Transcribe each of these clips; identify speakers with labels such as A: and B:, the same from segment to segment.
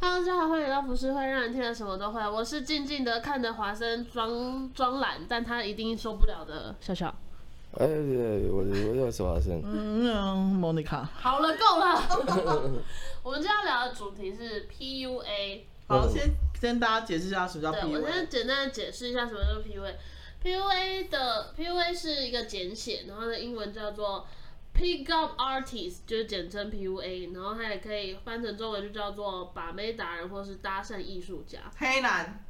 A: 刚正好会演到不是会让人听得什么都会。我是静静的看着华生装装懒，但他一定受不了的。笑笑，
B: 哎，对我我又说华生，
C: 嗯，Monica，
A: 好了，够了。 我们今天要聊的主题是 PUA。
C: 好，先先大家解释一下什么叫
A: 嗯对，我先
C: PUA。
A: 简单的解释一下什么叫 PUA。PUA 的 PUA 是一个简写，然后它的英文叫做 Pick Up Artist，就是简称 PUA，然后它也可以翻成中文就叫做把妹达人或是搭讪艺术家。
C: 黑男，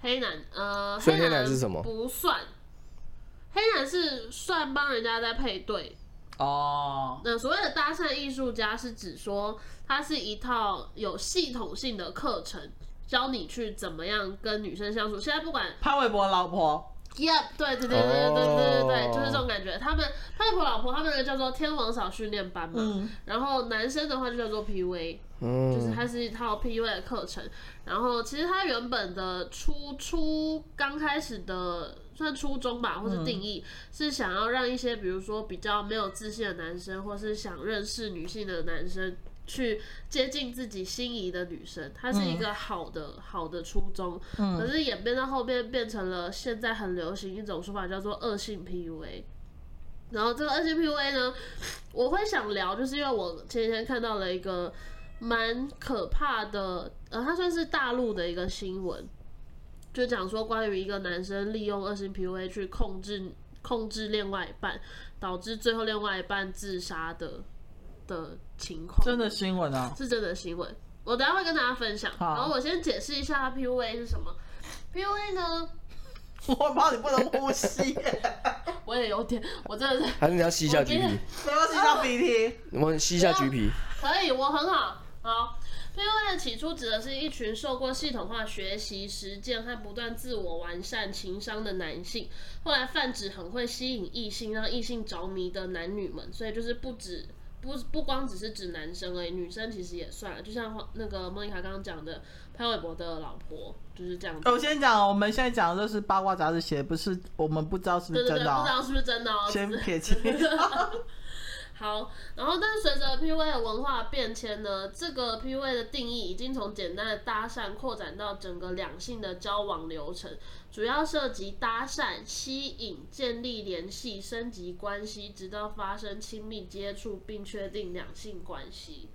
A: 黑男，呃，
B: 所以
A: 黑
B: 黑男是什么
A: 不算，黑男是算帮人家在配对，
C: 哦，
A: 那所谓的搭讪艺术家是指说，它是一套有系统性的课程，教你去怎么样跟女生相处。现在不管
C: 潘玮柏的老婆，
A: ，Yep，对对对对对对对对
B: 哦
A: 就是这种感觉。他们潘玮柏老婆他们的叫做天王嫂训练班嘛，
C: 嗯
A: 然后男生的话就叫做 PUA，就是
B: 嗯，
A: 它是一套 PUA 的课程。然后其实它原本的初初刚开始的算初衷吧，或是定义、是想要让一些比如说比较没有自信的男生，或是想认识女性的男生。去接近自己心仪的女生，它是一个好的、好的初衷，可是演变到后面变成了现在很流行一种说法叫做恶性 PUA。然后这个恶性 PUA 呢，我会想聊，就是因为我前几天看到了一个蛮可怕的，呃，它算是大陆的一个新闻，就讲说关于一个男生利用恶性 PUA 去控制控制另外一半，导致最后另外一半自杀的的情况，
C: 真的新闻啊，
A: 是真的新闻，我等一下会跟大家分享。
C: 好
A: 然后我先解释一下 PUA 是什么。PUA 呢，
C: 我怕你不能 呼吸，
A: 我也有点，我真的是
B: 还是你要吸一下
A: 我
B: 橘
A: 觉得
B: 皮，
C: 不要吸到鼻涕。
B: 我们吸一下橘皮，
A: 可以，我很好。好，PUA 起初指的是一群受过系统化学习、实践和不断自我完善情商的男性，后来泛指很会吸引异性、让异性着迷的男女们，所以就是不止。不不光只是指男生而已，女生其实也算了。就像黄那个莫妮卡刚刚讲的，潘玮柏的老婆就是这样子。
C: 哦我先讲，我们现在讲的就是八卦杂志写的，不是我们不知道是不
A: 对
C: 是
A: 对对，
C: 真的
A: 不知
C: 哦，
A: 道是不是真的哦。
C: 先
A: 只是
C: 撇清。
A: 好，然后但是随着 PUA 的文化变迁呢，这个 PUA 的定义已经从简单的搭讪扩展到整个两性的交往流程，主要涉及搭讪、吸引、建立联系、升级关系，直到发生亲密接触并确定两性关系。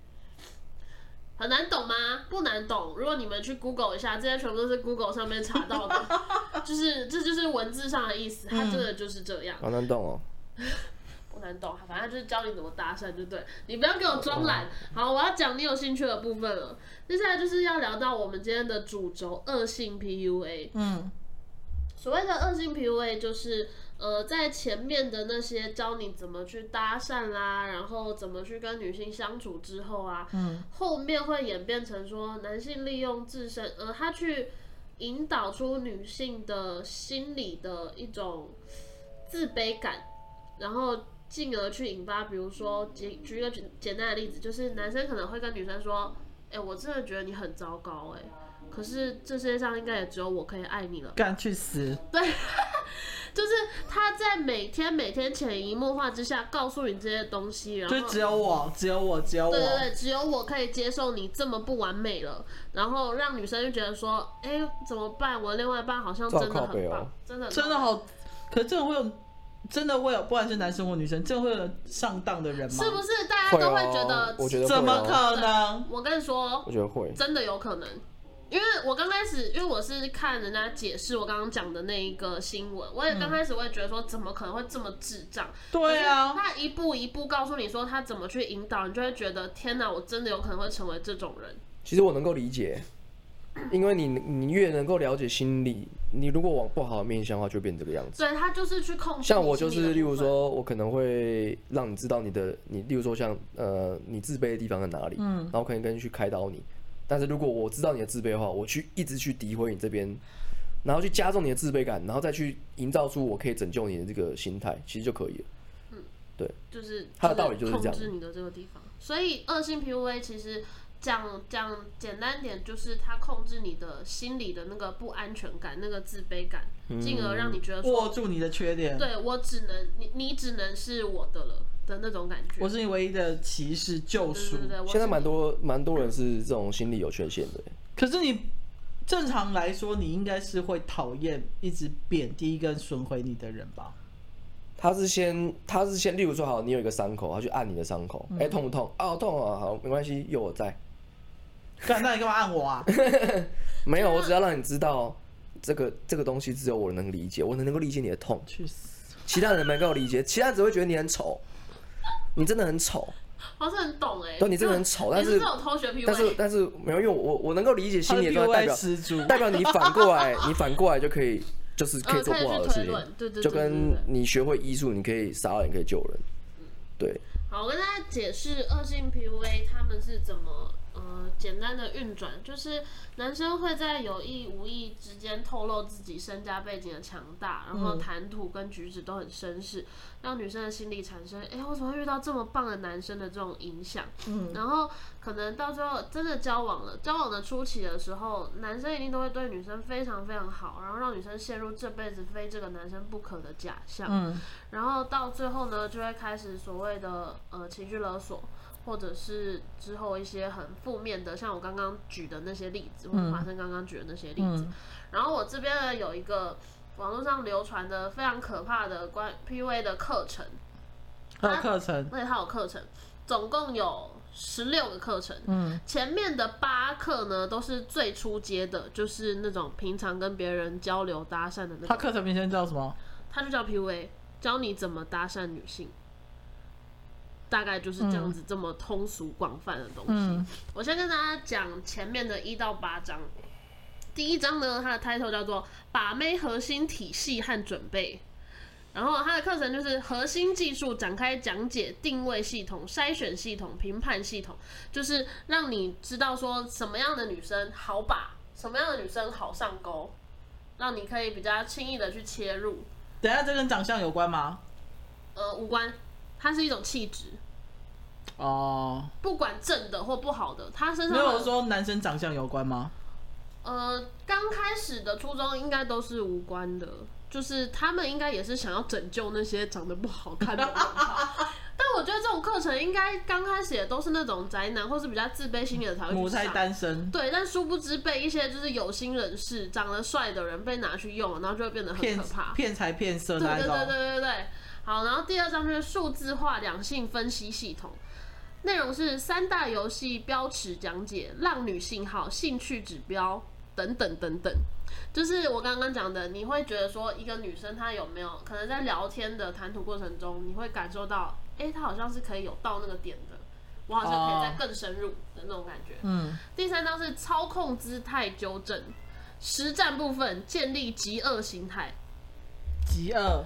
A: 很难懂吗？不难懂。如果你们去 Google 一下，这些全部都是 Google 上面查到的，就是这就是文字上的意思，它真的就是这样。
B: 好难懂哦。
A: 不难懂，反正就是教你怎么搭讪就对。你不要给我装懒。好，我要讲你有兴趣的部分了。接下来就是要聊到我们今天的主轴——恶性 PUA。
C: 嗯，
A: 所谓的恶性 PUA 就是，呃，在前面的那些教你怎么去搭讪啦，然后怎么去跟女性相处之后啊，嗯，后面会演变成说，男性利用自身，呃，他去引导出女性的心理的一种自卑感，然后进而去引发，比如说举举一个简简单的例子，就是男生可能会跟女生说，哎、我真的觉得你很糟糕、哎。可是这世界上应该也只有我可以爱你了吧
C: 干去死！
A: 就是他在每天每天潜移默化之下告诉你这些东西，然后
C: 就只有我，只有我，只有我
A: 对。对对，只有我可以接受你这么不完美了，然后让女生就觉得说，哎，怎么办？我另外一半好像真
B: 这好
A: 的
B: 靠北
A: 很
B: 哦
A: 棒，真的很
C: 真的
A: 棒。
C: 好，可是真的会有，真的会有，不管是男生或女生，真的会有上当的人吗？
A: 是不是大家都会觉
B: 哦
A: 得？，
B: 我觉得会
C: 怎么
B: 哦
C: 可能？
A: 我跟你说
B: 我，觉得会，
A: 真的有可能，因为我刚开始，因为我是看人家解释我刚刚讲的那一个新闻，我也刚开始我也觉得说，怎么可能会这么智障？
C: 对
A: 可
C: 啊
A: 是他一步一步告诉你说他怎么去引导，你就会觉得天哪，我真的有可能会成为这种人。
B: 其实我能够理解，因为你你越能够了解心理，你如果往不好的面向的话，就变这个样子。
A: 所以他就是去控制。
B: 像我就是，例如，说，我可能会让你知道你的，你例如说像呃，你自卑的地方在哪里，嗯，然后可能跟你去开导你。但是如果我知道你的自卑的话，我去一直去诋毁你这边，然后去加重你的自卑感，然后再去营造出我可以拯救你的这个心态，其实就可以了。
A: 就是
B: 他的道理就是这样
A: 控制你的这个地方。所以恶性 PUA 其实讲讲简单点，就是他控制你的心理的那个不安全感、那个自卑感，
B: 嗯
A: 进而让你觉得说，
C: 握住你的缺点，
A: 对我只能你，你只能是我的了的那种感觉。
C: 我是你唯一的骑士救
A: 对
C: 赎
A: 对。对，我
B: 现
A: 是
B: 在蛮
A: 你
B: 多蛮多人是这种心理有缺陷的欸，
C: 可是你正常来说，你应该是会讨厌一直贬低跟损毁你的人吧？
B: 他是先，他是先，例如说，好，你有一个伤口，他去按你的伤
A: 嗯
B: 口，哎、痛不痛？啊，好痛啊，好，没关系，有我在。
C: 干，那你干嘛按我 啊？
B: 没
A: 啊
B: 有，我只要让你知道，这个这个东西只有我能理解，我能能够理解你的痛，
C: 去死！
B: 其他人没够理解，其他人只会觉得你很丑，你真的很丑，
A: 好像很懂哎、欸，
B: 对你真的很丑
A: 你
B: 但是
A: 这种偷学 P
B: 但是
A: u
B: 但是没有，因为我我我能够理解
C: 他
B: 心
C: 的
B: 理的状态，代
C: PUA
B: 表
C: 十足，
B: 代表你反过来， 你反过来就可以，就是可以
A: 嗯
B: 做
A: 可以
B: 不好
A: 去
B: 的事
A: 推论对
B: 情，
A: 对对
B: 就
A: 对
B: 跟
A: 对
B: 你学会医术，你可以杀人，可以救人，对，
A: 好，我跟大家解释恶性 PUA 他们是怎么呃简单的运转，就是男生会在有意无意之间透露自己身家背景的强大，然后谈吐跟举止都很绅士，让女生的心里产生哎、诶我怎么会遇到这么棒的男生的这种影响。
C: 嗯，
A: 然后可能到最后真的交往了，交往的初期的时候，男生一定都会对女生非常非常好，然后让女生陷入这辈子非这个男生不可的假象。
C: 嗯，
A: 然后到最后呢，就会开始所谓的呃情绪勒索，或者是之后一些很负面的，像我刚刚举的那些例子，或者华生刚刚举的那些例子。
C: 嗯
A: 然后我这边呢有一个网络上流传的非常可怕的关 PUA 的课程，
C: 还有课程，
A: 而且它有课程，总共有十六个课程。
C: 嗯
A: 前面的八课呢，都是最初阶的，就是那种平常跟别人交流搭讪的那种，
C: 他课程名称叫什么？
A: 它就叫 PUA，教你怎么搭讪女性，大概就是这样子，这么通俗广泛的东西。
C: 嗯
A: 我先跟大家讲前面的一到八章。第一章呢，它的 title 叫做“把妹核心体系和准备”，然后它的课程就是核心技术展开讲解、定位系统、筛选系统、评判系统，就是让你知道说什么样的女生好把，什么样的女生好上钩，让你可以比较轻易的去切入。
C: 等一下这跟长相有关吗？
A: 呃，无关，它是一种气质，
C: 哦，
A: 不管正的或不好的，他身上
C: 没
A: 会
C: 有说男生长相有关吗？
A: 呃，刚开始的初衷应该都是无关的，就是他们应该也是想要拯救那些长得不好看的人吧。 但我觉得这种课程应该刚开始也都是那种宅男或是比较自卑心理的才会
C: 嗯母
A: 去
C: 胎
A: 上。
C: 单身，
A: 对，但殊不知被一些就是有心人士、长得帅的人被拿去用了，然后就会变得很
C: 骗
A: 可怕。
C: 骗财骗色
A: 对
C: 那一
A: 对对对
C: 种。
A: 对对。好，然后第二章就是数字化两性分析系统，内容是三大游戏标尺讲解、浪女信号、兴趣指标等等等等。就是我刚刚讲的，你会觉得说一个女生她有没有可能在聊天的谈吐过程中，你会感受到，诶，她好像是可以有到那个点的，我好像可以再更深入的那种感觉。
C: 嗯，
A: 第三章是操控姿态纠正，实战部分建立极恶形态。
C: 极恶，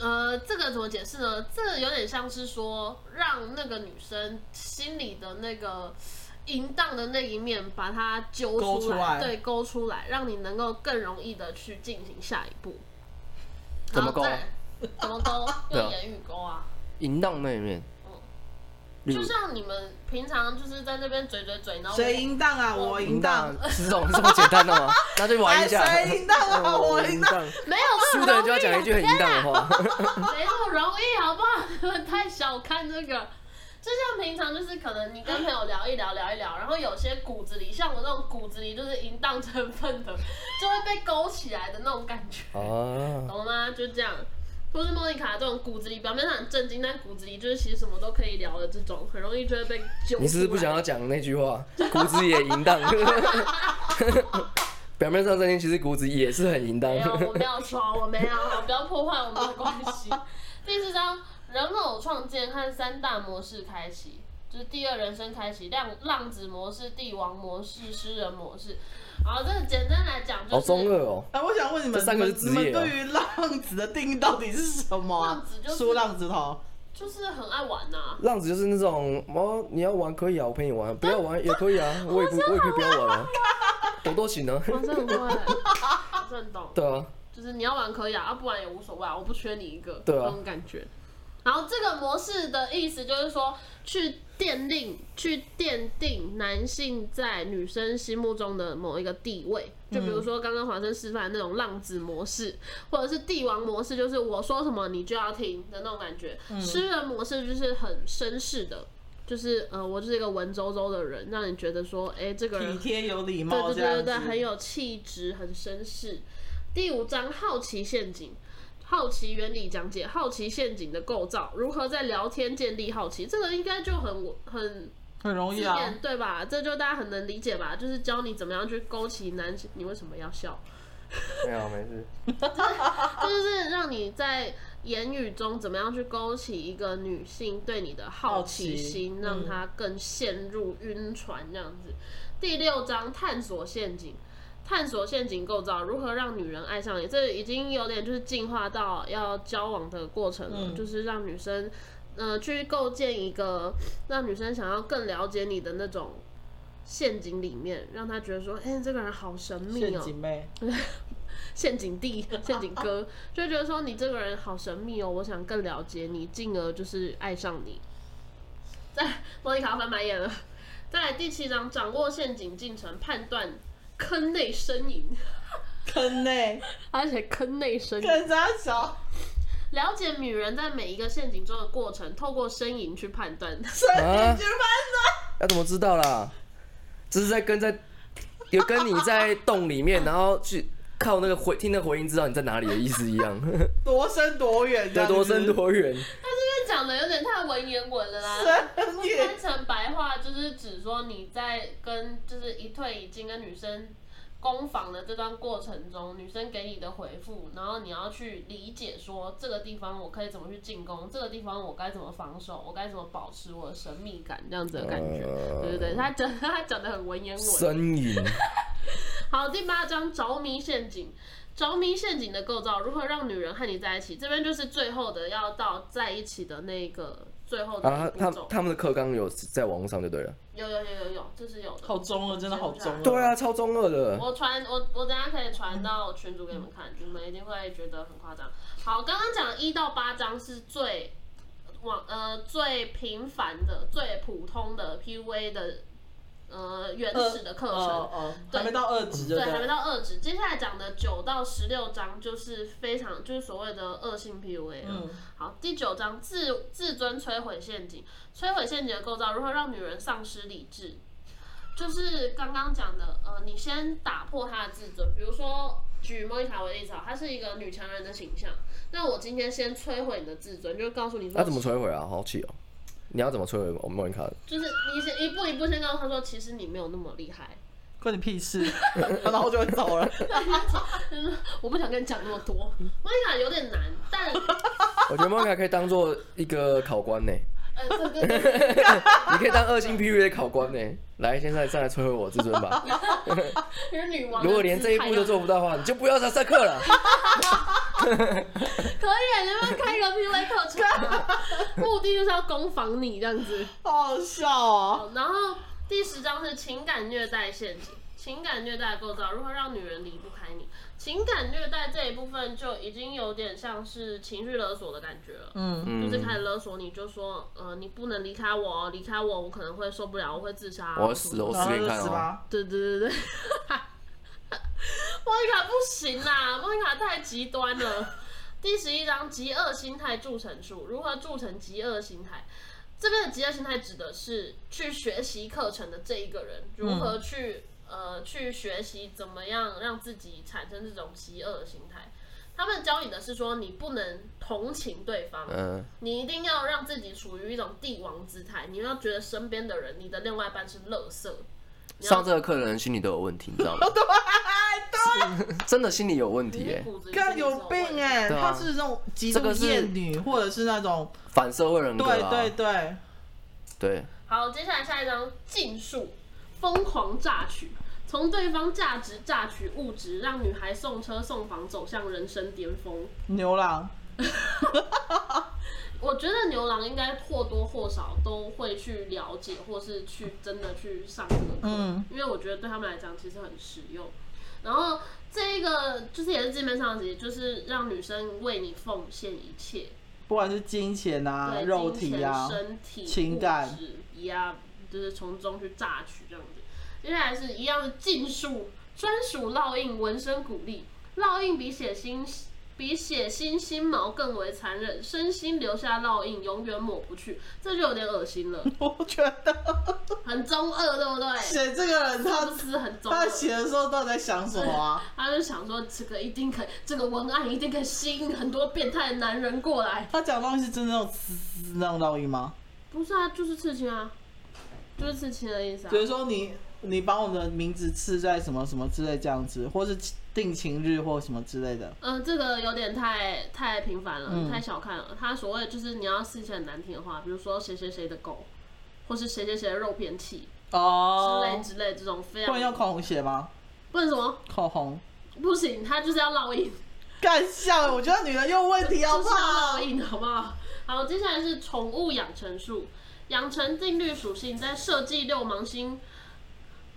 A: 呃，这个怎么解释呢？这个有点像是说，让那个女生心里的那个淫荡的那一面，把它揪
C: 勾出来
A: 对，勾出来，让你能够更容易的去进行下一步。
B: 怎么勾啊
A: 然后再怎 么勾？
B: 对
A: 用
B: 啊
A: 言语勾啊，
B: 淫荡那一面，
A: 嗯
B: 例
A: 就
B: 如
A: 像你们平常就是在那边嘴嘴嘴，然后
C: 谁淫荡啊？我淫荡，
B: 是这种是这么简单的吗？那就玩
C: 哎，
B: 一下，
C: 谁淫荡啊？
B: 嗯
C: 我
B: 淫
C: 淫荡。
B: 荡，
A: 没有
B: 输
A: 那
B: 的
A: 么
B: 人就
A: 容
B: 要
A: 易
B: 讲
A: 啊
B: 一句很淫荡的话。
A: 没那么容易，好不好？你们太小看这个。就像平常，就是可能你跟朋友聊一聊，聊一聊，然后有些骨子里，像我这种骨子里就是淫荡成分的，就会被勾起来的那种感觉，
B: 啊，
A: 懂吗？就这样。或是莫妮卡这种骨子里表面上很震惊，但骨子里就是其实什么都可以聊的这种，很容易就会被揪出来。
B: 你是不是不想要讲那句话？骨子也淫荡， 表面上正经，其实骨子也是很淫荡
A: 没。有，我没有说，我没有，不要破坏我们的关系。第四章，人偶创建和三大模式开启，就是第二人生开启，浪浪子模式、帝王模式、诗人模式。好，这简单来讲就
B: 好
A: 是
B: 中二哦，
C: 哎，我想问你们，
B: 这三个是
C: 你们
B: 职业
C: 你们
B: 哦
C: 对于浪子的定义到底是什么啊
A: 浪子就？是
C: 梳浪子头，
A: 就是很爱玩呐、
B: 浪子就是那种哦，你要玩可以啊，我陪你玩；不要玩也可以啊，我也不，我也可以不要玩啊，我都行啊。
A: 我真很会，我真的懂。
B: 对啊，
A: 就是你要玩可以啊，啊不玩也无所谓啊，我不缺你一个，
B: 对啊
A: 那种感觉。然后这个模式的意思就是说，去奠定、去奠定男性在女生心目中的某一个地位。就比如说刚刚华生示范的那种浪子模式，
B: 嗯
A: 或者是帝王模式，
B: 嗯
A: 就是我说什么你就要听的那种感觉；诗人模式就是很绅士的，就是呃，我就是一个文绉绉的人，让你觉得说，哎、这个人
C: 体贴有礼貌
A: 对对
C: 这样
A: 对对
C: 子，
A: 对，很有气质，很绅士。第五章好奇陷阱，好奇原理讲解，好奇陷阱的构造，如何在聊天建立好奇，这个应该就很很
C: 很容易啊。
A: 对吧？这就大家很能理解吧？就是教你怎么样去勾起男性，你为什么要笑？
B: 没有没事，
A: 就是让你在言语中怎么样去勾起一个女性对你的好奇心，
C: 好奇
A: 让她更陷入晕船这样子。第六章探索陷阱，探索陷阱构造，如何让女人爱上你？这已经有点就是进化到要交往的过程了，
C: 嗯
A: 就是让女生。呃，去构建一个让女生想要更了解你的那种陷阱里面，让她觉得说，哎、这个人好神秘哦、
C: 陷阱妹，
A: 陷阱地、 陷阱哥，就会觉得说你这个人好神秘哦，我想更了解你，进而就是爱上你。 再，莫妮卡要翻白眼了。 再来第七章，掌握陷阱进程，判断坑内呻 吟，
C: 坑内，
A: 而且坑内呻吟，
C: 坑啥小？
A: 了解女人在每一个陷阱中的过程，透过呻吟去判断。
C: 神
B: 啊
C: 经班
B: 要怎么知道啦？这是在跟在有跟你在洞里面，然后去靠那个回听那回音，知道你在哪里的意思一样，
C: 的多深多远？
B: 对，多深多远？
A: 这边讲的有点太文言文了 啦。
C: 深 远
A: 翻。成白话就是指说你在跟就是一退一进跟女生攻防的这段过程中，女生给你的回复，然后你要去理解说这个地方我可以怎么去进攻，这个地方我该怎么防守，我该怎么保持我的神秘感这样子的感觉。
B: 呃
A: 对对对，他讲他讲的很文言文。
B: 呻吟，
A: 好，第八章着迷陷阱。着迷陷阱的构造，如何让女人和你在一起？这边就是最后的要到在一起的那个最后的
B: 啊
A: 一，步
B: 他他
A: 骤。
B: 他们的课纲有在网络上就对了。
A: 有有有有有，这是有的。
C: 好中二，真的好中二。
B: 对啊，超中二的。
A: 我传我我等一下可以传到群组给你们看，你们一定会觉得很夸张。好，刚刚讲一到八章是最往呃最平凡的、最普通的 PUA 的呃原
C: 二，
A: 始的课程。
C: 哦哦，
A: 对
C: 还没到二级就
A: 对，还没
C: 对。
A: 到二指。接下来讲的九到十六章就是非常就是所谓的恶性 PUA 了。
C: 嗯
A: 好，第九章自自尊摧毁陷阱，摧毁陷阱的构造如何让女人丧失理智，就是刚刚讲的，呃，你先打破她的自尊，比如说。举莫妮卡为例子啊，她是一个女强人的形象。那我今天先摧毁你的自尊，就是告诉你说，
B: 那怎么摧毁啊？好气哦！你要怎么摧毁我们莫妮卡？
A: 就是你先一步一步先告诉她说，其实你没有那么厉害，
C: 关你屁事， 然后就会走了。
A: 我不想跟你讲那么多。莫妮卡有点难，但
B: 我觉得莫妮卡可以当做一个考官呢，
A: 呃，对对对，
B: 你可以当恶性 PUA 的考官呢。来，现在上来摧毁我自尊 吧！
A: 就是女王。
B: 如果连这一步都做，不到的话，你就不要再上课 了。
A: 可以，你们开一个 PUA 课程啊，目的就是要攻防你这样子。
C: 好好笑哦！
A: 好，然后第十章是情感虐待陷阱。情感虐待的构造如何让女人离不开你？情感虐待这一部分就已经有点像是情绪勒索的感觉了，
C: 嗯，
B: 嗯
A: 就是，开始勒索你，就说呃你不能离开我哦，离开我我可能会受不了，我会自杀，
B: 我要死了，我
A: 了。
B: 死
C: 然后
B: 给
C: 就
B: 你看
C: 死
B: 哦！
C: 吧。
A: 对对 对对，莫妮卡不行啦，莫妮卡太极端了。第十一章极恶心态铸成术，如何铸成极恶心态？这边的极恶心态指的是去学习课程的这一个人如何去、呃去学习怎么样让自己产生这种极恶心态。他们教你的是说，你不能同情对方，
B: 嗯，
A: 你一定要让自己处于一种帝王姿态，你要觉得身边的人，你的另外一半是垃圾。
C: 嗯
B: 上这个课的人心理都有问题，你知 道吗？ 真的心理有问题耶，
A: 骨子里
C: 哥啊有病
A: 哎、
C: 哎，
B: 对啊
C: 她是那种极
B: 这
C: 度
B: 个是
C: 厌女，或者是那种
B: 反社会人格
C: 对
B: 啊，
C: 对对，
B: 对，
A: 好，接下来下一张禁术，疯狂榨取，从对方价值榨取物质，让女孩送车送房，走向人生巅峰。
C: 牛郎。
A: 我觉得牛郎应该或多或少都会去了解，或是去真的去上这个课，
C: 嗯
A: 因为我觉得对他们来讲其实很实用。然后这一个就是也是字面上的解，就是让女生为你奉献一切，
C: 不管是金钱啊、
A: 对，
C: 肉
A: 金
C: 体
A: 钱
C: 啊，
A: 身体、
C: 情感
A: 呀就是从中去榨取这样子。接下来是一样的禁术，专属烙印、纹身鼓励，烙印比血腥比血腥心毛更为残忍，身心留下烙印，永远抹不去，这就有点恶心了，
C: 我 觉得
A: 很中二，对不 对？
C: 写这个人
A: 是
C: 他
A: 不是很中
C: 他
A: 二？
C: 写的时候到底在想什么啊？
A: 他就想说，这个一定可以，这个文案一定可以吸引很多变态的男人过来。
C: 他讲的东西是真的那种嘶嘶那种烙印吗？
A: 不是啊，就是刺青啊，就是刺青的意思啊
C: 比。如说你你把我的名字刺在什么什么之类这样子，或是定情日或什么之类的，
A: 嗯，这个有点太太频繁了，
C: 嗯
A: 太小看了。他所谓就是你要试一些很难听的话，比如说谁谁谁的狗，或是谁谁谁的肉便器之
C: 哦
A: 类之类这种非
C: 不
A: 常
C: 能用口红写吗？
A: 不能什么
C: 口红。
A: 不行，他就是要烙印，
C: 干笑，我觉得女人又有问题好
A: 就
C: 不
A: 是要
C: 好
A: 烙？印，好不好？好，接下来是宠物养成术，养成定律属性在设计六芒星，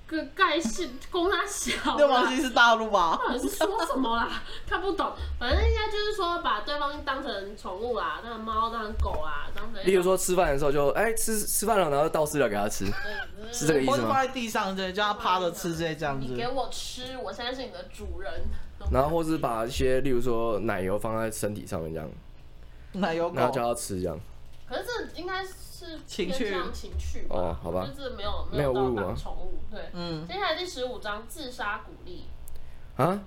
A: 个盖是供他小
C: 六
A: 啦
C: 芒星是大陆吧？
A: 到底是说什么啦？ 看不懂，反正应该就是说把对方当成宠物啦，当成猫，当成狗啊，当成
B: 例如说吃饭的时候就哎、吃吃饭了，然后倒饲料给它吃， 是这个意
C: 嗯或
B: 思
C: 者放
B: 吗？
C: 在地上之类，叫他趴着吃之类这样
A: 你给
C: 子。
A: 我吃，我现在是你的主人。
B: 然后或是把一些例如说奶油放在身体上面这样，
A: 嗯
C: 奶油
B: 然后叫
C: 狗，
B: 它吃这样。
A: 可是这应该是
C: 情
A: 偏
C: 趣
A: 向情趣吧？
B: 哦好吧
A: 就是没有
B: 没有
A: 到
B: 侮辱
A: 当
B: 啊
A: 宠物。对，
C: 嗯，
A: 接下来第十五章自杀鼓励。
B: 啊，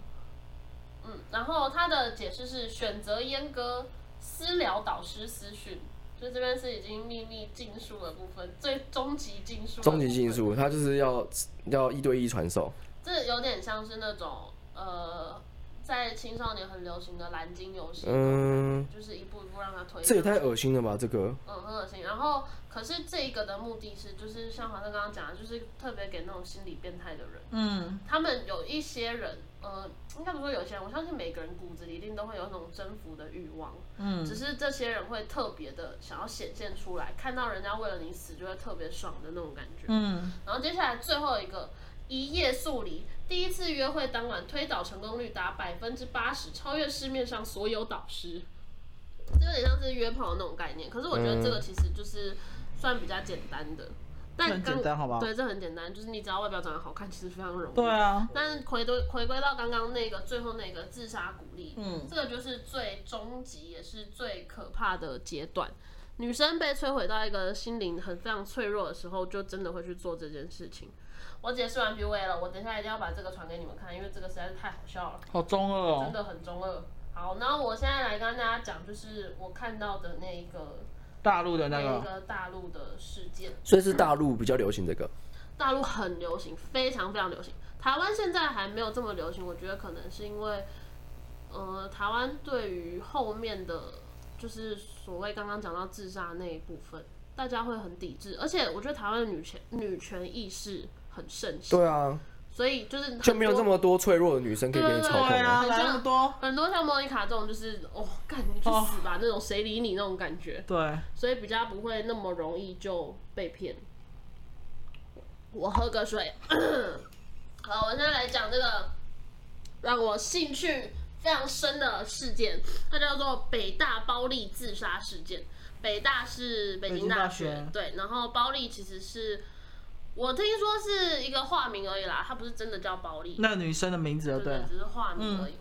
A: 嗯，然后他的解释是选择阉割私聊导师私讯，就这边是已经秘密禁术的部分，最终极禁术。
B: 终极禁。术，它就是要要一对一传授。
A: 这有点像是那种呃，在青少年很流行的蓝鲸游戏，
B: 嗯，
A: 就是一步一步让他推。
B: 这也太恶心了吧，这个。
A: 嗯，很恶心。然后，可是这一个的目的是，就是像华生刚刚讲的，就是特别给那种心理变态的人，
C: 嗯，
A: 他们有一些人，呃，应该不说有些人，我相信每个人骨子里一定都会有那种征服的欲望，
C: 嗯，
A: 只是这些人会特别的想要显现出来，看到人家为了你死就会特别爽的那种感觉。
C: 嗯，
A: 然后接下来最后一个一夜速离，第一次约会当晚推导成功率达百分之八十，超越市面上所有导师。这有点像是约炮的那种概念，可是我觉得这
C: 嗯
A: 个其实就是算比较简单的，但
C: 很
A: 刚
C: 简单好吧
A: 对，这很简单，就是你只要外表长得好看，其实非常容易。
C: 对啊，
A: 但是回归回归到刚刚那个最后那个自杀鼓励，
C: 嗯
A: 这个就是最终极也是最可怕的阶段。女生被摧毁到一个心灵很非常脆弱的时候，就真的会去做这件事情。我解释完 PUA 了，我等一下一定要把这个传给你们看，因为这个实在是太好笑了，
C: 好中二
A: 真
C: 哦，
A: 的很中二。好，那我现在来跟大家讲，就是我看到的那一个
C: 大陆的那
A: 那一个
C: 个，
A: 大陆的事件。
B: 所以是大陆比较流行这个。
A: 大陆很流行，非常非常流行。台湾现在还没有这么流行，我觉得可能是因为，呃，台湾对于后面的，就是所谓刚刚讲到自杀那一部分，大家会很抵制，而且我觉得台湾的女权女权意识很盛行，
B: 对啊，
A: 所以就是很多
B: 就没有这么多脆弱的女生可以给你操控
C: 对啊，
B: 啊。
C: 来那么多，
A: 很多像莫妮卡这种，就是哦，干你去死吧、那种，谁理你那种感觉，
C: 对，
A: 所以比较不会那么容易就被骗。我喝个水。好，我现在来讲这个让我兴趣非常深的事件，它叫做北大包丽自杀事件。北大是北京大学，
C: 北京大学
A: 对，然后包丽其实是我听说是一个化名而已啦，它不是真的叫包丽，
C: 那女生的名字
A: 对
C: 对
A: 对，，只是化名而已。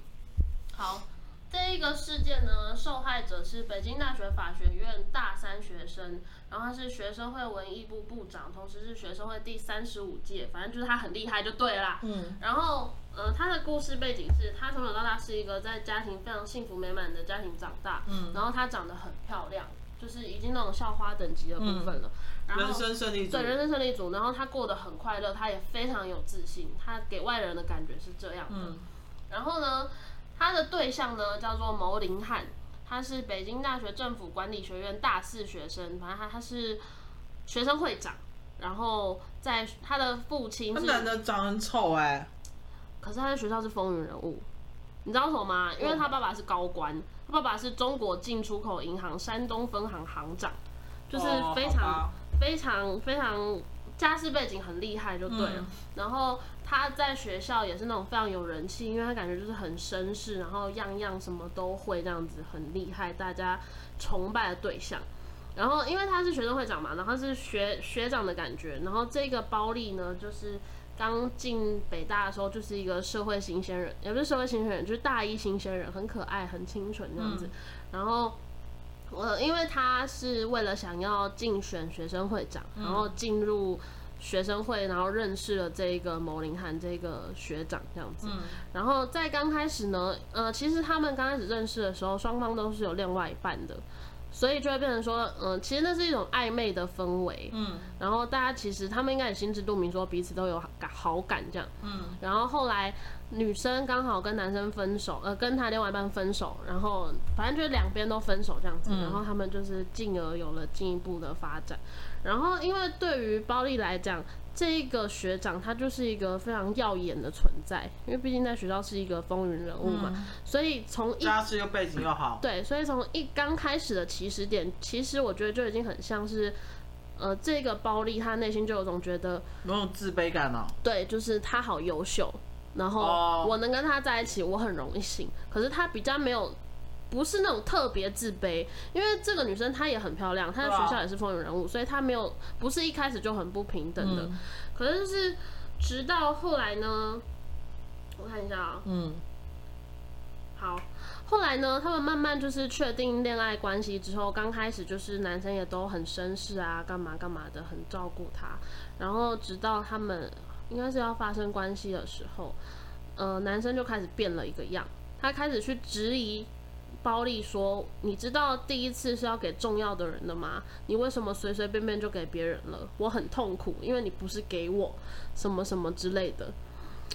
A: 好，这一个事件呢，受害者是北京大学法学院大三学生，然后他是学生会文艺部部长，同时是学生会第三十五届，反正就是他很厉害就对了啦。
C: 嗯，
A: 然后，呃，他的故事背景是他从小到大是一个在家庭非常幸福美满的家庭长大，嗯，然后她长得很漂亮，就是已经那种校花等级的部分了。然后
C: 人生胜利组
A: 对，人生胜利组，然后她过得很快乐，她也非常有自信，她给外人的感觉是这样的。
C: 嗯
A: 然后呢，她的对象呢叫做牟林汉，他是北京大学政府管理学院大四学生，反正他他是学生会长。然后在他的父亲
C: 那
A: 是
C: 男的长得很丑哎，
A: 可是他在学校是风云人物，你知道为什么吗？因为他爸爸是高官，他爸爸是中国进出口银行山东分行行长，就是
C: 哦
A: 非
C: 好
A: 常、
C: 吧
A: 非常非常家世背景很厉害就对了。
C: 嗯
A: 然后他在学校也是那种非常有人气，因为他感觉就是很绅士，然后样样什么都会，这样子很厉害，大家崇拜的对象。然后因为他是学生会长嘛，然后他是学学长的感觉，然后这个包丽呢，就是刚进北大的时候就是一个社会新鲜人，也不是社会新鲜人，就是大一新鲜人，很可爱、很清纯这样子。然后，呃，因为他是为了想要竞选学生会长，然后进入学生会，然后认识了这一个牟林涵这个学长这样子。
C: 嗯
A: 然后在刚开始呢，呃，其实他们刚开始认识的时候，双方都是有另外一半的，所以就会变成说，嗯、其实那是一种暧昧的氛围，
D: 嗯
A: 然后大家其实他们应该也心知肚明，说彼此都有好感好感这样。
D: 嗯
A: 然后后来女生刚好跟男生分手，呃，跟他另外一半分手，然后反正就是两边都分手这样子，
D: 嗯
A: 然后他们就是进而有了进一步的发展。然后因为对于包丽来讲，这个学长他就是一个非常耀眼的存在，因为毕竟在学校是一个风云人物嘛，所以从一
C: 家世又背景又好，
A: 对，所以从一刚开始的起始点，其实我觉得就已经很像是，呃，这个包丽她内心就有种觉得，
C: 有种自卑感哦。
A: 对，就是她好优秀，然后
C: 哦
A: 我能跟她在一起，我很荣幸。可是她比较没有，不是那种特别自卑，因为这个女生她也很漂亮，她在
C: 对啊
A: 学校也是风云人物，所以她没有不是一开始就很不平等的。
D: 嗯
A: 可是就是直到后来呢，我看一下啊、
D: 嗯
A: 好，后来呢，他们慢慢就是确定恋爱关系之后，刚开始就是男生也都很绅士啊，干嘛干嘛的，很照顾她。然后直到他们应该是要发生关系的时候，呃，男生就开始变了一个样，他开始去质疑。包丽说：“你知道第一次是要给重要的人的吗？你为什么随随便便就给别人了？我很痛苦，因为你不是给我什么什么之类的。”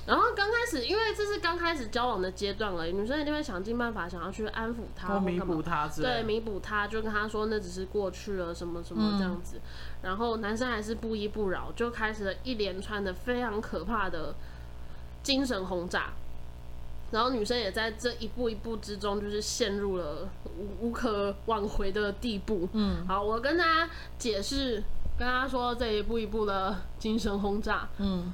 A: 然后刚开始，因为这是刚开始交往的阶段而已，女生一定会想尽办法想要去安抚他，
C: 或
A: 或
C: 弥
A: 干嘛
C: 补他之类
A: 对，
C: 的。嗯
A: 弥补他，就跟他说那只是过去了，什么什么这样子。然后男生还是不依不饶，就开始了一连串的非常可怕的精神轰炸。然后女生也在这一步一步之中，就是陷入了无无可挽回的地步。
D: 嗯，
A: 好，我跟大家解释，跟大家说这一步一步的精神轰炸。
D: 嗯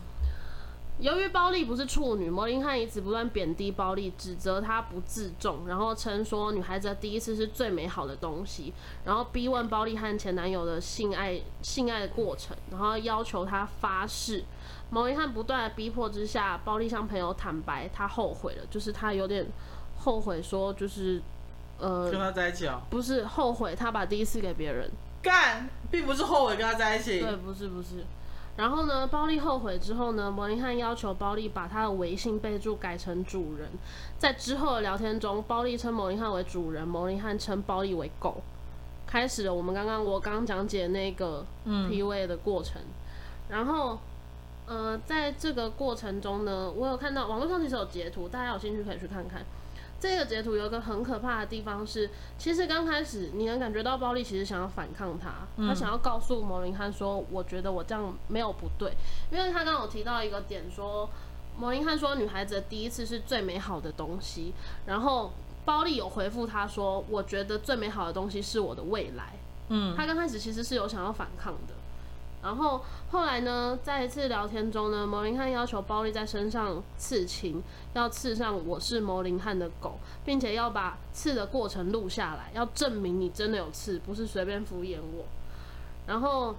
A: 由于包丽不是处女，摩林汉一直不断贬低包丽，指责她不自重，然后称说女孩子的第一次是最美好的东西，然后逼问包丽和前男友的性爱性爱的过程，然后要求她发誓。摩林汉不断的逼迫之下，包丽向朋友坦白她后悔了，就是她有点后悔说就是呃
C: 跟他在一起哦，
A: 不是后悔她把第一次给别人，
C: 干，并不是后悔跟他在一起。
A: 对，不是不是。然后呢，包丽后悔之后呢，摩林汉要求包丽把他的微信备注改成主人。在之后的聊天中，包丽称摩林汉为主人，摩林汉称包丽为狗。开始了我们刚刚我刚刚讲解那个
C: 嗯
A: PUA 的过程。然后，呃，在这个过程中呢，我有看到网络上其实有截图，大家有兴趣可以去看看。这个截图有一个很可怕的地方是，其实刚开始你能感觉到包丽其实想要反抗他，他想要告诉牟林汉说，我觉得我这样没有不对，因为他刚刚有提到一个点说，牟林汉说女孩子的第一次是最美好的东西，然后包丽有回复他说，我觉得最美好的东西是我的未来，
D: 嗯
A: 他刚开始其实是有想要反抗的，然后后来呢，在一次聊天中呢，牟林汉要求包丽在身上刺青，要刺上我是牟林汉的狗，并且要把刺的过程录下来，要证明你真的有刺，不是随便敷衍我。然后，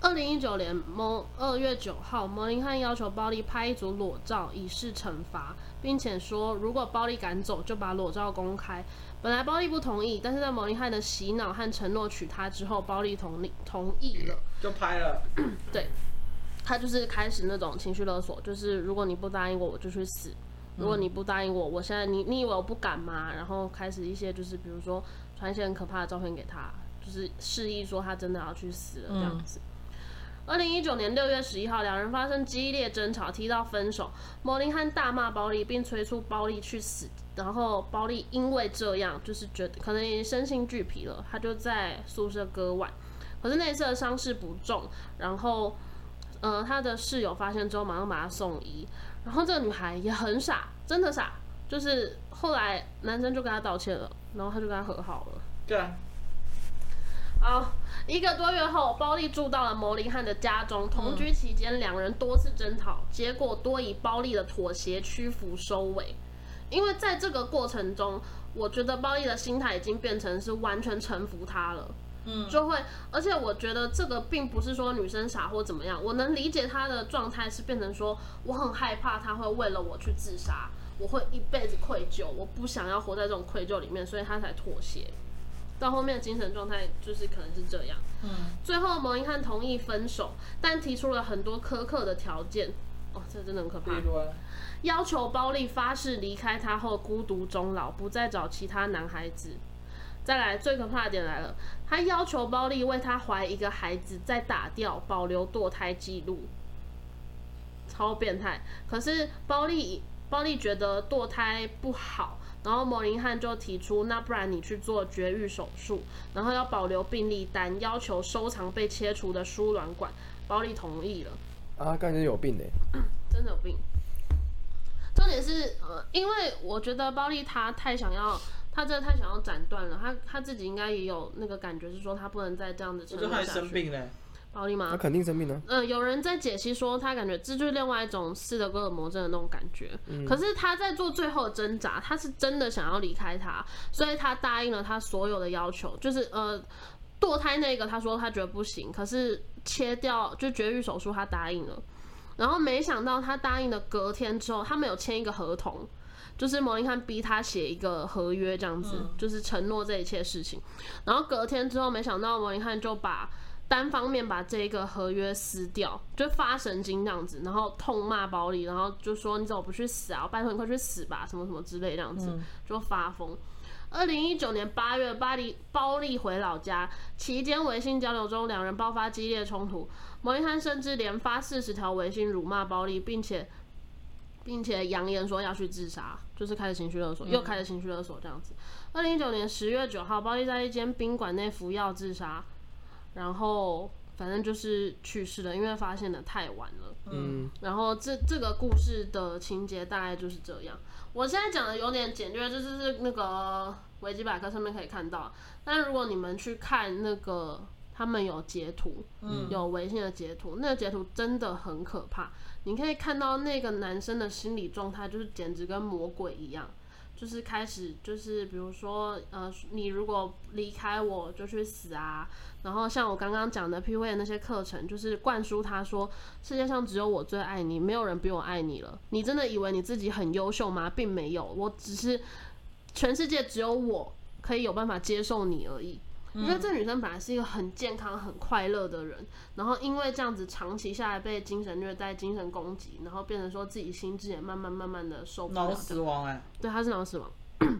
A: 二零一九年某二月九号，牟林汉要求包丽拍一组裸照以示惩罚，并且说如果包丽敢走，就把裸照公开。本来包丽不同意，但是在牟林汉的洗脑和承诺娶她之后，包丽同意同意了。
C: 就拍了。
A: 他就是开始那种情绪勒索，就是如果你不答应我，我就去死；如果你不答应我，我现在你你以为我不敢吗？然后开始一些就是比如说传一些很可怕的照片给他，就是示意说他真的要去死了这样子。二零一九年六月十一号，两人发生激烈争吵，提到分手。摩林汉大骂包丽，并催促包丽去死。然后包丽因为这样，就是觉得可能也身心俱疲了，他就在宿舍割腕。可是那一次的伤势不重，然后呃，她的室友发现之后，马上把她送医。然后这个女孩也很傻，真的傻，就是后来男生就跟她道歉了，然后她就跟他和好了。
C: 对，啊
A: 好，一个多月后，包丽住到了牟林汉的家中。同居期间，两人多次争吵，结果多以包丽的妥协屈服收尾。因为在这个过程中，我觉得包丽的心态已经变成是完全臣服他了。嗯，就会，而且我觉得这个并不是说女生傻或怎么样，我能理解她的状态是变成说我很害怕她会为了我去自杀，我会一辈子愧疚，我不想要活在这种愧疚里面，所以她才妥协。到后面的精神状态就是可能是这样。
C: 嗯，
A: 最后蒙一汉同意分手，但提出了很多苛刻的条件。哦，这真的很可怕。
C: 如
A: 要求包丽发誓离开他后孤独终老，不再找其他男孩子。再来，最可怕的点来了，他要求包丽为他怀一个孩子，再打掉，保留堕胎记录，超变态。可是包丽，包丽觉得堕胎不好，然后摩林汉就提出，那不然你去做绝育手术，然后要保留病历单，要求收藏被切除的输卵管。包丽同意了。
B: 啊，感觉有病呢、
A: 真的有病。重点是，呃，因为我觉得包丽她太想要，她真的太想要斩断了，她她自己应该也有那个感觉，是说她不能再这样的
C: 我
A: 沉
C: 就
A: 沦下
C: 还
A: 去。
C: 生病嘞，
A: 包丽
B: 那、
A: 吗？
B: 肯定生病啊。
A: 呃，有人在解析说，她感觉这就是另外一种斯德哥尔摩症的那种感觉。可是她在做最后的挣扎，她是真的想要离开他，所以她答应了他所有的要求，就是呃，堕胎那个她说她觉得不行，可是切掉就绝育手术她答应了。然后没想到他答应的隔天之后，他们有签一个合同，就是蒙林汉逼他写一个合约，这样子、就是承诺这一切事情。然后隔天之后，没想到蒙林汉就把单方面把这个合约撕掉，就发神经这样子，然后痛骂保里，然后就说你怎么不去死啊？拜托你快去死吧，什么什么之类这样子，就发疯。二零一九年八月，巴黎包丽回老家期间，微信交流中两人爆发激烈冲突。摩一汉甚至连发四十条微信辱骂包丽，并且并且扬言说要去自杀，就是开始情绪勒索，又开始情绪勒索这样子。二零一九年十月九号，包丽在一间宾馆内服药自杀，然后反正就是去世了，因为发现的太晚了。
B: 嗯，
A: 然后这这个故事的情节大概就是这样。我现在讲的有点简略，就是是那个维基百科上面可以看到。但如果你们去看那个，他们有截图，嗯，有微信的截图，那个截图真的很可怕。你可以看到那个男生的心理状态，就是简直跟魔鬼一样。就是开始，就是比如说，呃，你如果离开我就去死啊，然后像我刚刚讲的 P V 的那些课程，就是灌输他说世界上只有我最爱你，没有人比我爱你了。你真的以为你自己很优秀吗？并没有，我只是全世界只有我可以有办法接受你而已。因
C: 嗯
A: 为这女生本来是一个很健康、很快乐的人，然后因为这样子长期下来被精神虐待、精神攻击，然后变成说自己心智也慢慢慢慢的受不了
C: 脑
A: 这样，
C: 死亡哎，
A: 对，他是脑死亡，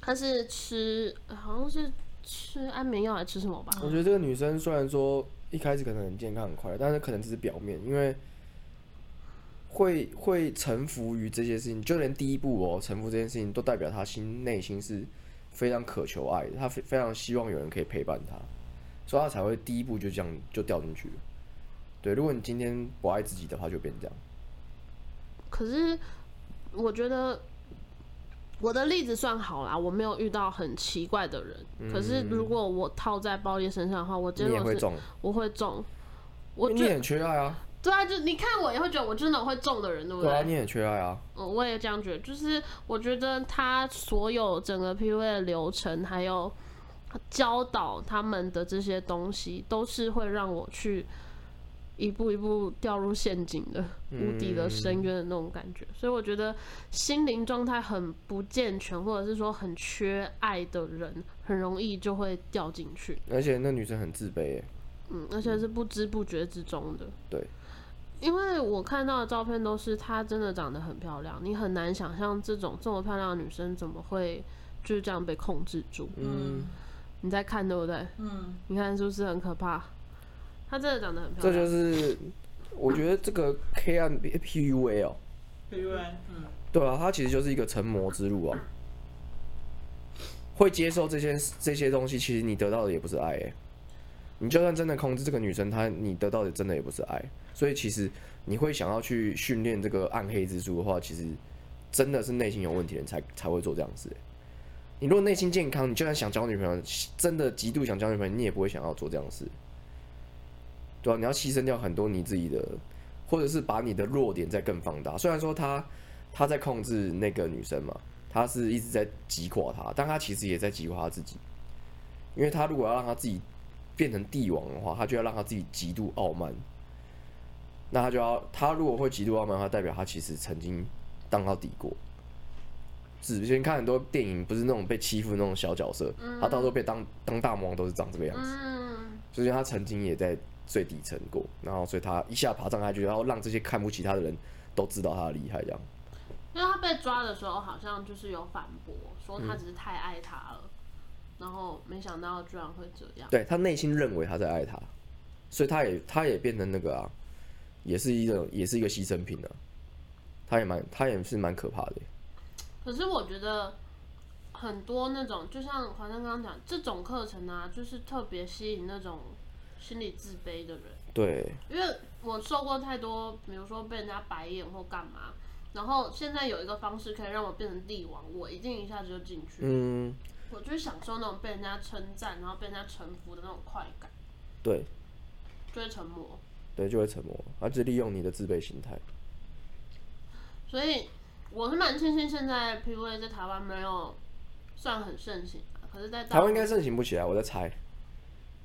A: 他是吃好像是吃安眠药还是吃什么吧？
B: 我觉得这个女生虽然说一开始可能很健康很快乐，但是可能只是表面，因为会会臣服于这些事情，就连第一步哦，臣服这件事情都代表她心内心是非常渴求爱的，她非非常希望有人可以陪伴她，所以她才会第一步就这样就掉进去了。对，如果你今天不爱自己的话，就变这样。
A: 可是我觉得我的例子算好啦，我没有遇到很奇怪的人。可是如果我套在包丽身上的话，我真
B: 嗯你也
A: 的
B: 会
A: 是
B: 中，
A: 我会中。我
B: 你
A: 觉
B: 也
A: 得
B: 很缺爱啊，
A: 对啊，就你看我也会觉得我就是那种会中的人，对不
B: 对
A: 对？
B: 啊，你也很缺爱啊，
A: 嗯，我也这样觉得。就是我觉得他所有整个 PUA 的流程，还有教导他们的这些东西，都是会让我去一步一步掉入陷阱的、无底的深渊的那种感觉。所以我觉得心灵状态很不健全，或者是说很缺爱的人，很容易就会掉进去。
B: 而且那女生很自卑耶，
A: 嗯，而且是不知不觉之中的。
B: 对，
A: 因为我看到的照片都是她真的长得很漂亮，你很难想象这种这么漂亮的女生怎么会就是这样被控制住。
B: 嗯，
A: 你在看对不对？
C: 嗯，
A: 你看是不是很可怕？她真的长得很漂
B: 这
A: 亮，
B: 就是我觉得这个 K 暗 P U A 哦，
C: 因为嗯，
B: 对啊，它其实就是一个成魔之路啊。会接受这些这些东西，其实你得到的也不是爱、欸，你就算真的控制这个女生，她你得到的真的也不是爱，所以其实你会想要去训练这个暗黑之蛛的话，其实真的是内心有问题的人才才会做这样的事、欸。你如果内心健康，你就算想交女朋友，真的极度想交女朋友，你也不会想要做这样的事，对啊，你要牺牲掉很多你自己的，或者是把你的弱点再更放大。虽然说他他在控制那个女生嘛，他是一直在击垮她，但他其实也在击垮他自己，因为他如果要让他自己变成帝王的话，他就要让他自己极度傲慢。那他就要，他如果会极度傲慢的话，代表他其实曾经当到敌国。只先看很多电影，不是那种被欺负的那种小角色，他到时候被当当大魔王都是长这个样子。
A: 嗯，
B: 就是因为他曾经也在最底层过，然后所以他一下爬上来去，然后让这些看不起他的人都知道他的厉害，这样。
A: 因为他被抓的时候好像就是有反驳，说他只是太爱他了，然后没想到居然会这样。
B: 对他内心认为他在爱他，所以他也他也变成那个啊，也是一种也是一个牺牲品啊，他也蛮他也是蛮可怕的。欸
A: 可是我觉得很多那种，就像华生刚刚讲，这种课程啊，就是特别吸引那种心理自卑的人，
B: 对，
A: 因为我受过太多，比如说被人家白眼或干嘛。然后现在有一个方式可以让我变成帝王，我一定一下子就进去。
B: 嗯，
A: 我就是享受那种被人家称赞，然后被人家臣服的那种快感，
B: 对
A: 就会成魔。
B: 对，就会沉默，而且利用你的自卑心态。
A: 所以我是蛮庆幸现在 PUA 在台湾没有算很盛行啊，可是在大
B: 台湾应该盛行不起来，我在猜，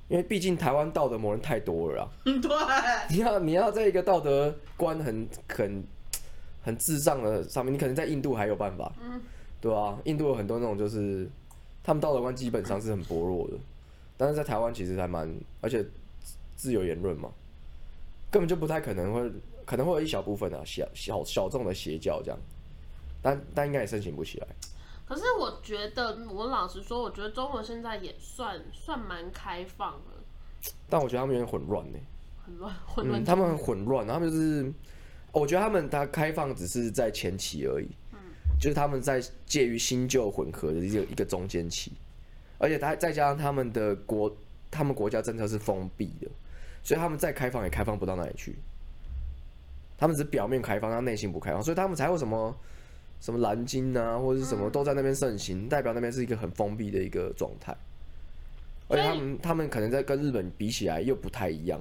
B: 因为毕竟台湾道德魔人太多了啊。
C: 对，
B: 你要你要在一个道德观很很很智障的上面，你可能在印度还有办法，
A: 嗯
B: 对啊，印度有很多那种就是他们道德观基本上是很薄弱的，但是在台湾其实还蛮，而且自自由言论嘛，根本就不太可能会，可能会有一小部分啊小小小众的邪教这样，但但应该也申请不起来。
A: 可是我觉得，我老实说，我觉得中国现在也算算蛮开放了，
B: 但我觉得他们有点混乱呢、
A: 很乱混乱。
B: 嗯，他们很混乱，他们就是，我觉得他们他开放只是在前期而已，
A: 嗯
B: 就是他们在介于新旧混合的一个一个中间期，而且他再加上他们的国，他们国家政策是封闭的，所以他们再开放也开放不到哪里去，他们只是表面开放，但内心不开放，所以他们才会什么什么蓝鲸啊，或者是什么都在那边盛行，代表那边是一个很封闭的一个状态。而且他们他们可能在跟日本比起来又不太一样，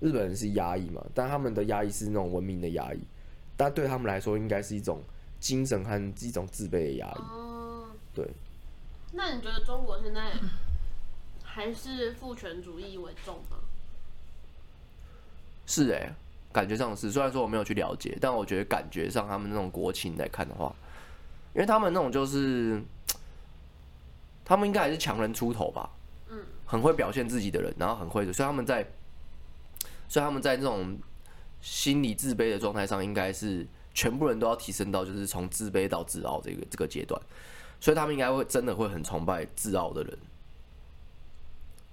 B: 日本人是压抑嘛，但他们的压抑是那种文明的压抑，但对他们来说应该是一种精神和一种自卑的压抑。
A: 嗯，
B: 对，
A: 那你觉得中国现在还是父权主义为重吗？
B: 是哎、感觉上是。虽然说我没有去了解，但我觉得感觉上他们那种国情来看的话，因为他们那种就是，他们应该还是强人出头吧，
A: 嗯，
B: 很会表现自己的人，然后很会，所以他们在，所以他们在这种心理自卑的状态上，应该是全部人都要提升到就是从自卑到自傲这个这个阶段，所以他们应该会真的会很崇拜自傲的人，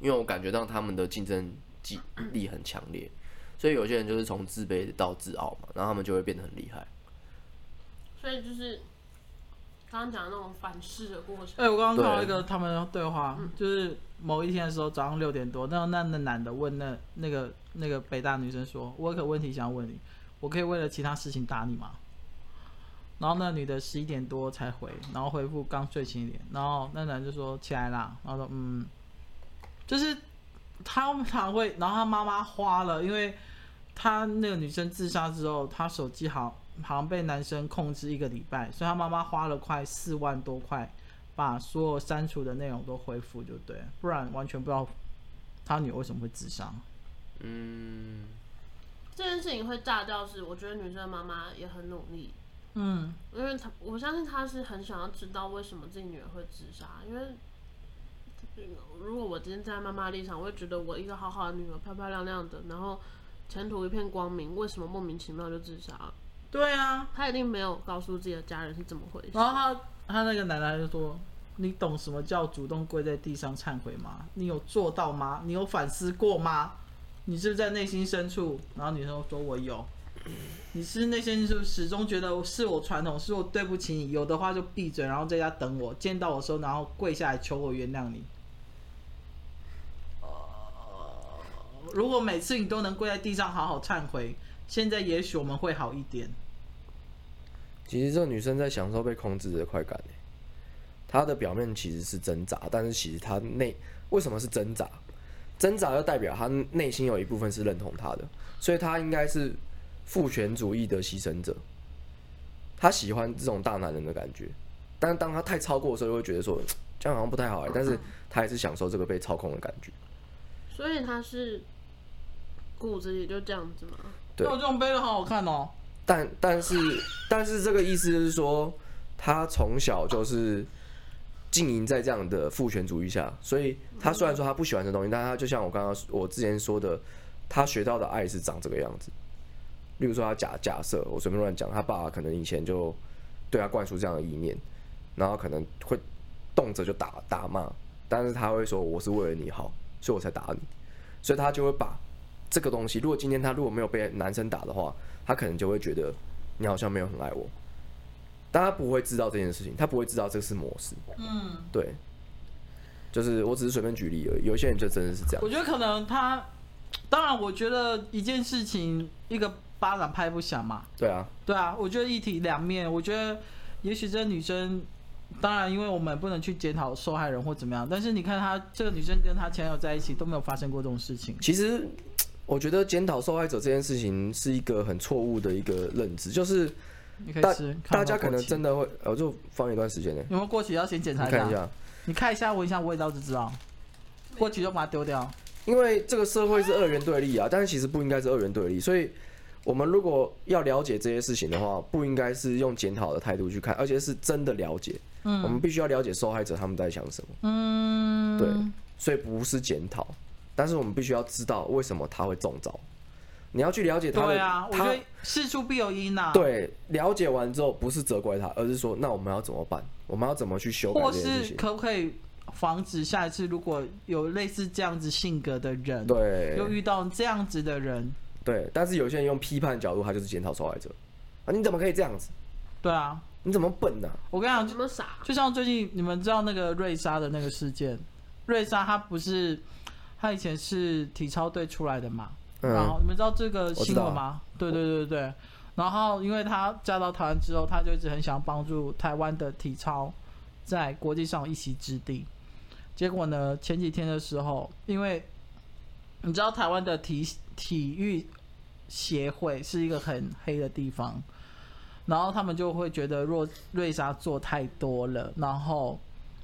B: 因为我感觉到他们的竞争激力很强烈。所以有些人就是从自卑到自傲嘛，然后他们就会变得很厉害。
A: 所以就是刚刚讲的那种反噬的过程。
C: 哎，我刚刚看到一个他们的对话，就是某一天的时候，早上六点多，那那那男的问那那个那个北大女生说：“我有个问题想问你，我可以为了其他事情打你吗？”然后那女的十一点多才回，然后回复刚睡醒一点，然后那男就说：“起来啦。”然后说：“嗯，就是他们常会，然后他妈妈花了，因为他那个女生自杀之后，他手机好好像被男生控制一个礼拜，所以他妈妈花了快四万多块。”把所有删除的内容都恢复就对，不然完全不知道他女儿为什么会自杀。
B: 嗯，
A: 这件事情会炸掉是，我觉得女生的妈妈也很努力，
C: 嗯，
A: 因为她我相信她是很想要知道为什么自己女儿会自杀，因为。如果我今天站在妈妈的立场，我会觉得我一个好好的女儿，漂漂亮亮的，然后前途一片光明，为什么莫名其妙就自杀了？
C: 对啊。
A: 他一定没有告诉自己的家人是怎么回事。
C: 然后他他那个奶奶就说：“你懂什么叫主动跪在地上忏悔吗？你有做到吗？你有反思过吗？你是不是在内心深处？”然后女生说：“我有。”你是内心深处始终觉得是我传统，是我对不起你，有的话就闭嘴，然后在家等我，见到我的时候，然后跪下来求我原谅你。如果每次你都能跪在地上好好忏悔，现在也许我们会好一点。
B: 其实这个女生在享受被控制的快感、欸，她的表面其实是挣扎，但是其实她内为什么是挣扎？挣扎就代表她内心有一部分是认同她的，所以她应该是父权主义的牺牲者。她喜欢这种大男人的感觉，但当她太超过的时候，就会觉得说这样好像不太好、欸，但是她还是享受这个被操控的感觉。
A: 所以他是骨子里就这样子嘛。
B: 对
C: 那我这种背的好好看哦。
B: 但但是但是这个意思就是说，他从小就是经营在这样的父权主义下，所以他虽然说他不喜欢这东西，但他就像我刚刚我之前说的，他学到的爱是长这个样子。例如说，他假假设我随便乱讲，他爸可能以前就对他灌输这样的意念，然后可能会动辄就打打骂，但是他会说我是为了你好，所以我才打你，所以他就会把这个东西，如果今天他如果没有被男生打的话，他可能就会觉得你好像没有很爱我，但他不会知道这件事情，他不会知道这是模式，
C: 嗯，
B: 对，就是我只是随便举例而已，有些人就真的是这样，
C: 我觉得可能他，当然，我觉得一件事情一个巴掌拍不响嘛。
B: 对啊，
C: 对啊，我觉得一体两面。我觉得也许这女生，当然，因为我们不能去检讨受害人或怎么样，但是你看她这个女生跟她前男友在一起都没有发生过这种事情。
B: 其实我觉得检讨受害者这件事情是一个很错误的一个认知，就是
C: 你可
B: 嗯
C: 以
B: 大
C: 吃，看
B: 大
C: 有没有
B: 家可能
C: 过期
B: 真的会，呃我就放一段时间呢，
C: 有没有过期要先检
B: 你
C: 查
B: 看一下，
C: 你看一下闻一下味道就知道，过期就把它丢掉。
B: 因为这个社会是二元对立啊，但是其实不应该是二元对立，所以我们如果要了解这些事情的话，不应该是用检讨的态度去看，而且是真的了解。我
C: 嗯
B: 们必须要了解受害者他们在想什么，
C: 嗯，
B: 对，所以不是检讨，但是我们必须要知道为什么他会中招。你要去了解他的，
C: 对啊，我觉
B: 他
C: 得事出必有因呐、，啊
B: 对了解完之后，不是责怪他，而是说那我们要怎么办？我们要怎么去修改
C: 或
B: 这件事
C: 是
B: 情？
C: 可不可以防止下一次如果有类似这样子性格的人，
B: 对
C: 又遇到这样子的人，
B: 对，但是有些人用批判角度，他就是检讨受害者啊，你怎么可以这样子？
C: 对啊，
B: 你怎么笨呢、
C: 我跟你讲，
A: 怎么傻？
C: 就像最近你们知道那个瑞莎的那个事件，瑞莎她不是她以前是体操队出来的嘛，然
B: 嗯
C: 后你们知道这个新闻吗？对
B: 道
C: 对对对。然后因为她嫁到台湾之后，她就一直很想帮助台湾的体操在国际上有一席之地。结果呢，前几天的时候，因为你知道台湾的体体育协会是一个很黑的地方，然后他们就会觉得若瑞莎做太多了，然后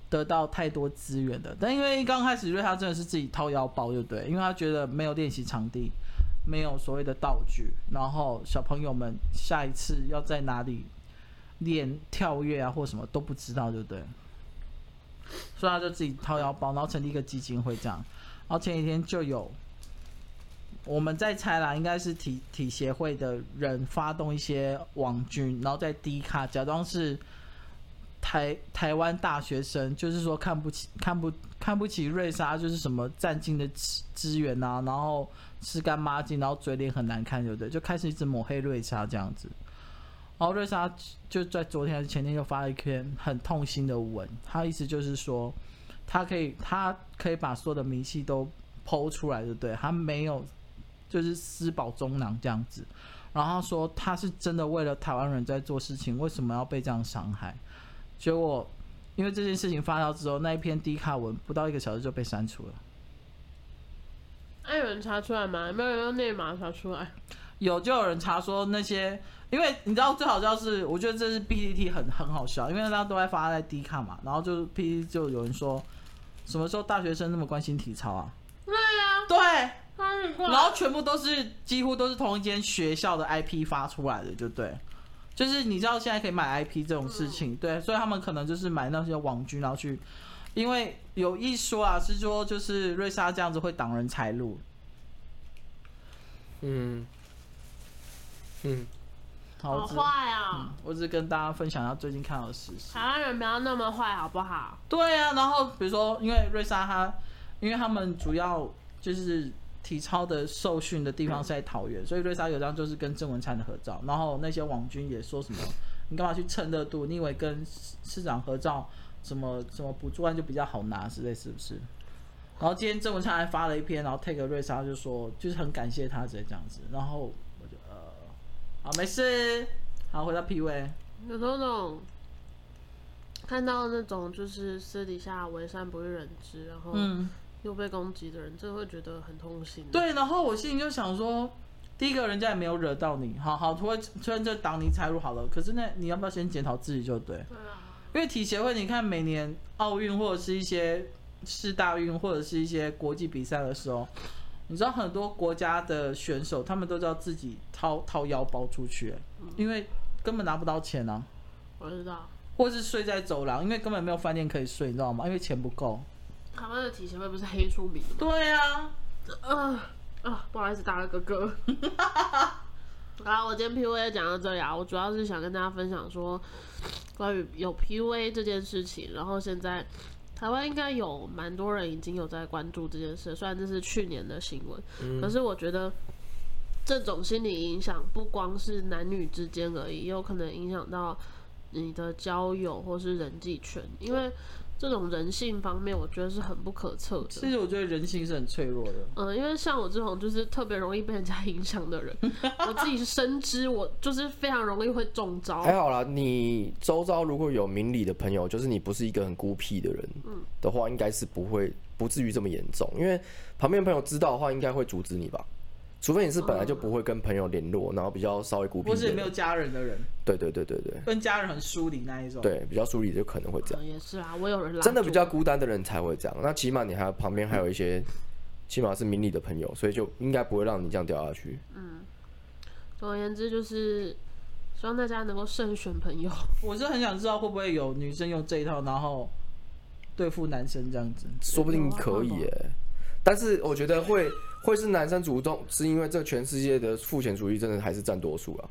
C: 得到太多资源的。但因为刚开始瑞莎真的是自己掏腰包，对不对？因为她觉得没有练习场地，没有所谓的道具，然后小朋友们下一次要在哪里练跳跃啊或什么都不知道，对不对？所以她就自己掏腰包，然后成立一个基金会这样。然后前几天就有我们在猜啦，应该是体体协会的人发动一些网军，然后在低卡假装是台台湾大学生，就是说看不起看不看不起瑞莎，就是什么占尽的资资源啊，然后吃干抹净，然后嘴脸很难看，对不对？就开始一直抹黑瑞莎这样子。然后瑞莎就在昨天还是前天就发了一篇很痛心的文，她意思就是说，她可以她可以把所有的明细都剖出来，对不对？她没有就是私保中囊这样子。然后他说他是真的为了台湾人在做事情，为什么要被这样伤害？结果因为这件事情发酵之后，那一篇低卡文不到一个小时就被删除了。
A: 那有人查出来吗？有没有人用内码查出来？
C: 有就有人查说那些，因为你知道最好笑是，我觉得这是 PPT 很很好笑，因为大家都在发在低卡嘛，然后就是 PPT 就有人说，什么时候大学生那么关心体操啊？
A: 对呀、
C: 对，
A: 他是
C: 然后全部都是几乎都是同一间学校的 IP 发出来的，就对。就是你知道现在可以买 IP 这种事情，
A: 嗯
C: 对，所以他们可能就是买那些网军，然后去，因为有一说啊，是说就是瑞莎这样子会挡人财路，
B: 嗯嗯，
C: 好，
A: 好
C: 我只
A: 坏啊！
C: 我只是跟大家分享一下最近看到的事实。
A: 台湾人不要那么坏好不好？
C: 对啊，然后比如说，因为瑞莎她，因为他们主要就是体操的受训的地方是在桃园，所以瑞莎有张就是跟郑文灿的合照，然后那些网军也说什么，你干嘛去蹭热度？你以为跟市市长合照，什么什么补助案就比较好拿之类，是不是？然后今天郑文灿还发了一篇，然后 take 瑞莎就说，就是很感谢他之类这样子，然后我就呃，好没事，好回到 P 位，
A: 有时候那种看到那种就是私底下为善不欲人知，然后
C: 嗯。
A: 又被攻击的人，真的会觉得很痛心。，
C: 对，然后我心里就想说，第一个人家也没有惹到你，好好，突然突然就挡你财路好了。可是那你要不要先检讨自己就对？
A: 对啊，
C: 因为体协会，你看每年奥运或者是一些世大运或者是一些国际比赛的时候，你知道很多国家的选手他们都知道自己掏掏腰包出去、欸因为根本拿不到钱啊，
A: 我知道。
C: 或是睡在走廊，因为根本没有饭店可以睡，你知道吗？因为钱不够。
A: 台湾的体协会不是黑出名的吗？
C: 对啊，
A: 啊、啊，不好意思，打了个嗝。好啦，我今天 PUA 讲到这里啊，我主要是想跟大家分享说，关于有 PUA 这件事情，然后现在台湾应该有蛮多人已经有在关注这件事，虽然这是去年的新闻，可是我觉得这种心理影响不光是男女之间而已，也有可能影响到你的交友或是人际圈，因为这种人性方面，我觉得是很不可测的。
C: 其实我觉得人性是很脆弱的。
A: 嗯，因为像我这种就是特别容易被人家影响的 人，我自己深知我就是非常容易会中招。
B: 还好啦，你周遭如果有明理的朋友，就是你不是一个很孤僻的人
C: 嗯
B: 的话，应该是不会不至于这么严重，因为旁边朋友知道的话，应该会阻止你吧。除非你是本来就不会跟朋友联络，然后比较稍微孤僻一
C: 或哦是
B: 点
C: 没有
B: 的，
C: 家人的人，
B: 对对对对对
C: 跟家人很疏离那一种。，
B: 对，比较疏离的就可能会这样。
A: 嗯，也是啊，我有人拉
B: 真的
A: 住
B: 比较孤单的人才会这样。那起码你还有旁边还有一些，
A: 嗯
B: 起码是明理的朋友，所以就应该不会让你这样掉下去。
A: 总而言之，就是希望大家能够慎选朋友。
C: 我是很想知道会不会有女生用这一套，然后对付男生这样子。
B: 说不定可以耶、但是我觉得会会是男生主动，是因为这全世界的父权主义真的还是占多数啊。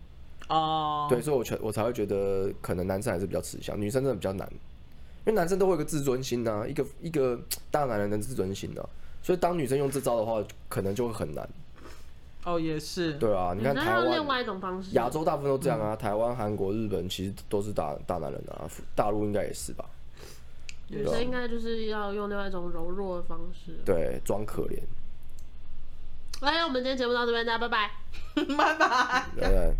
C: 哦，
B: 对，所以我全我才会觉得可能男生还是比较吃香，女生真的比较难，因为男生都会有个自尊心呐、一个一个大男人的自尊心呐、所以当女生用这招的话，可能就会很难。
C: 哦也是。
B: 对啊，你看
A: 嗯那
B: 台
A: 用
B: 湾
A: 另外一种方式，
B: 亚洲大部分都这样啊，台湾、韩国、日本其实都是大大男人啊，大陆应该也是吧？
A: 女生应该就是要用另外一种柔弱的方式。
B: 对，装可怜，
A: 哎，我们今天节目到这边，大家拜拜。
C: 拜拜。
B: 对不对？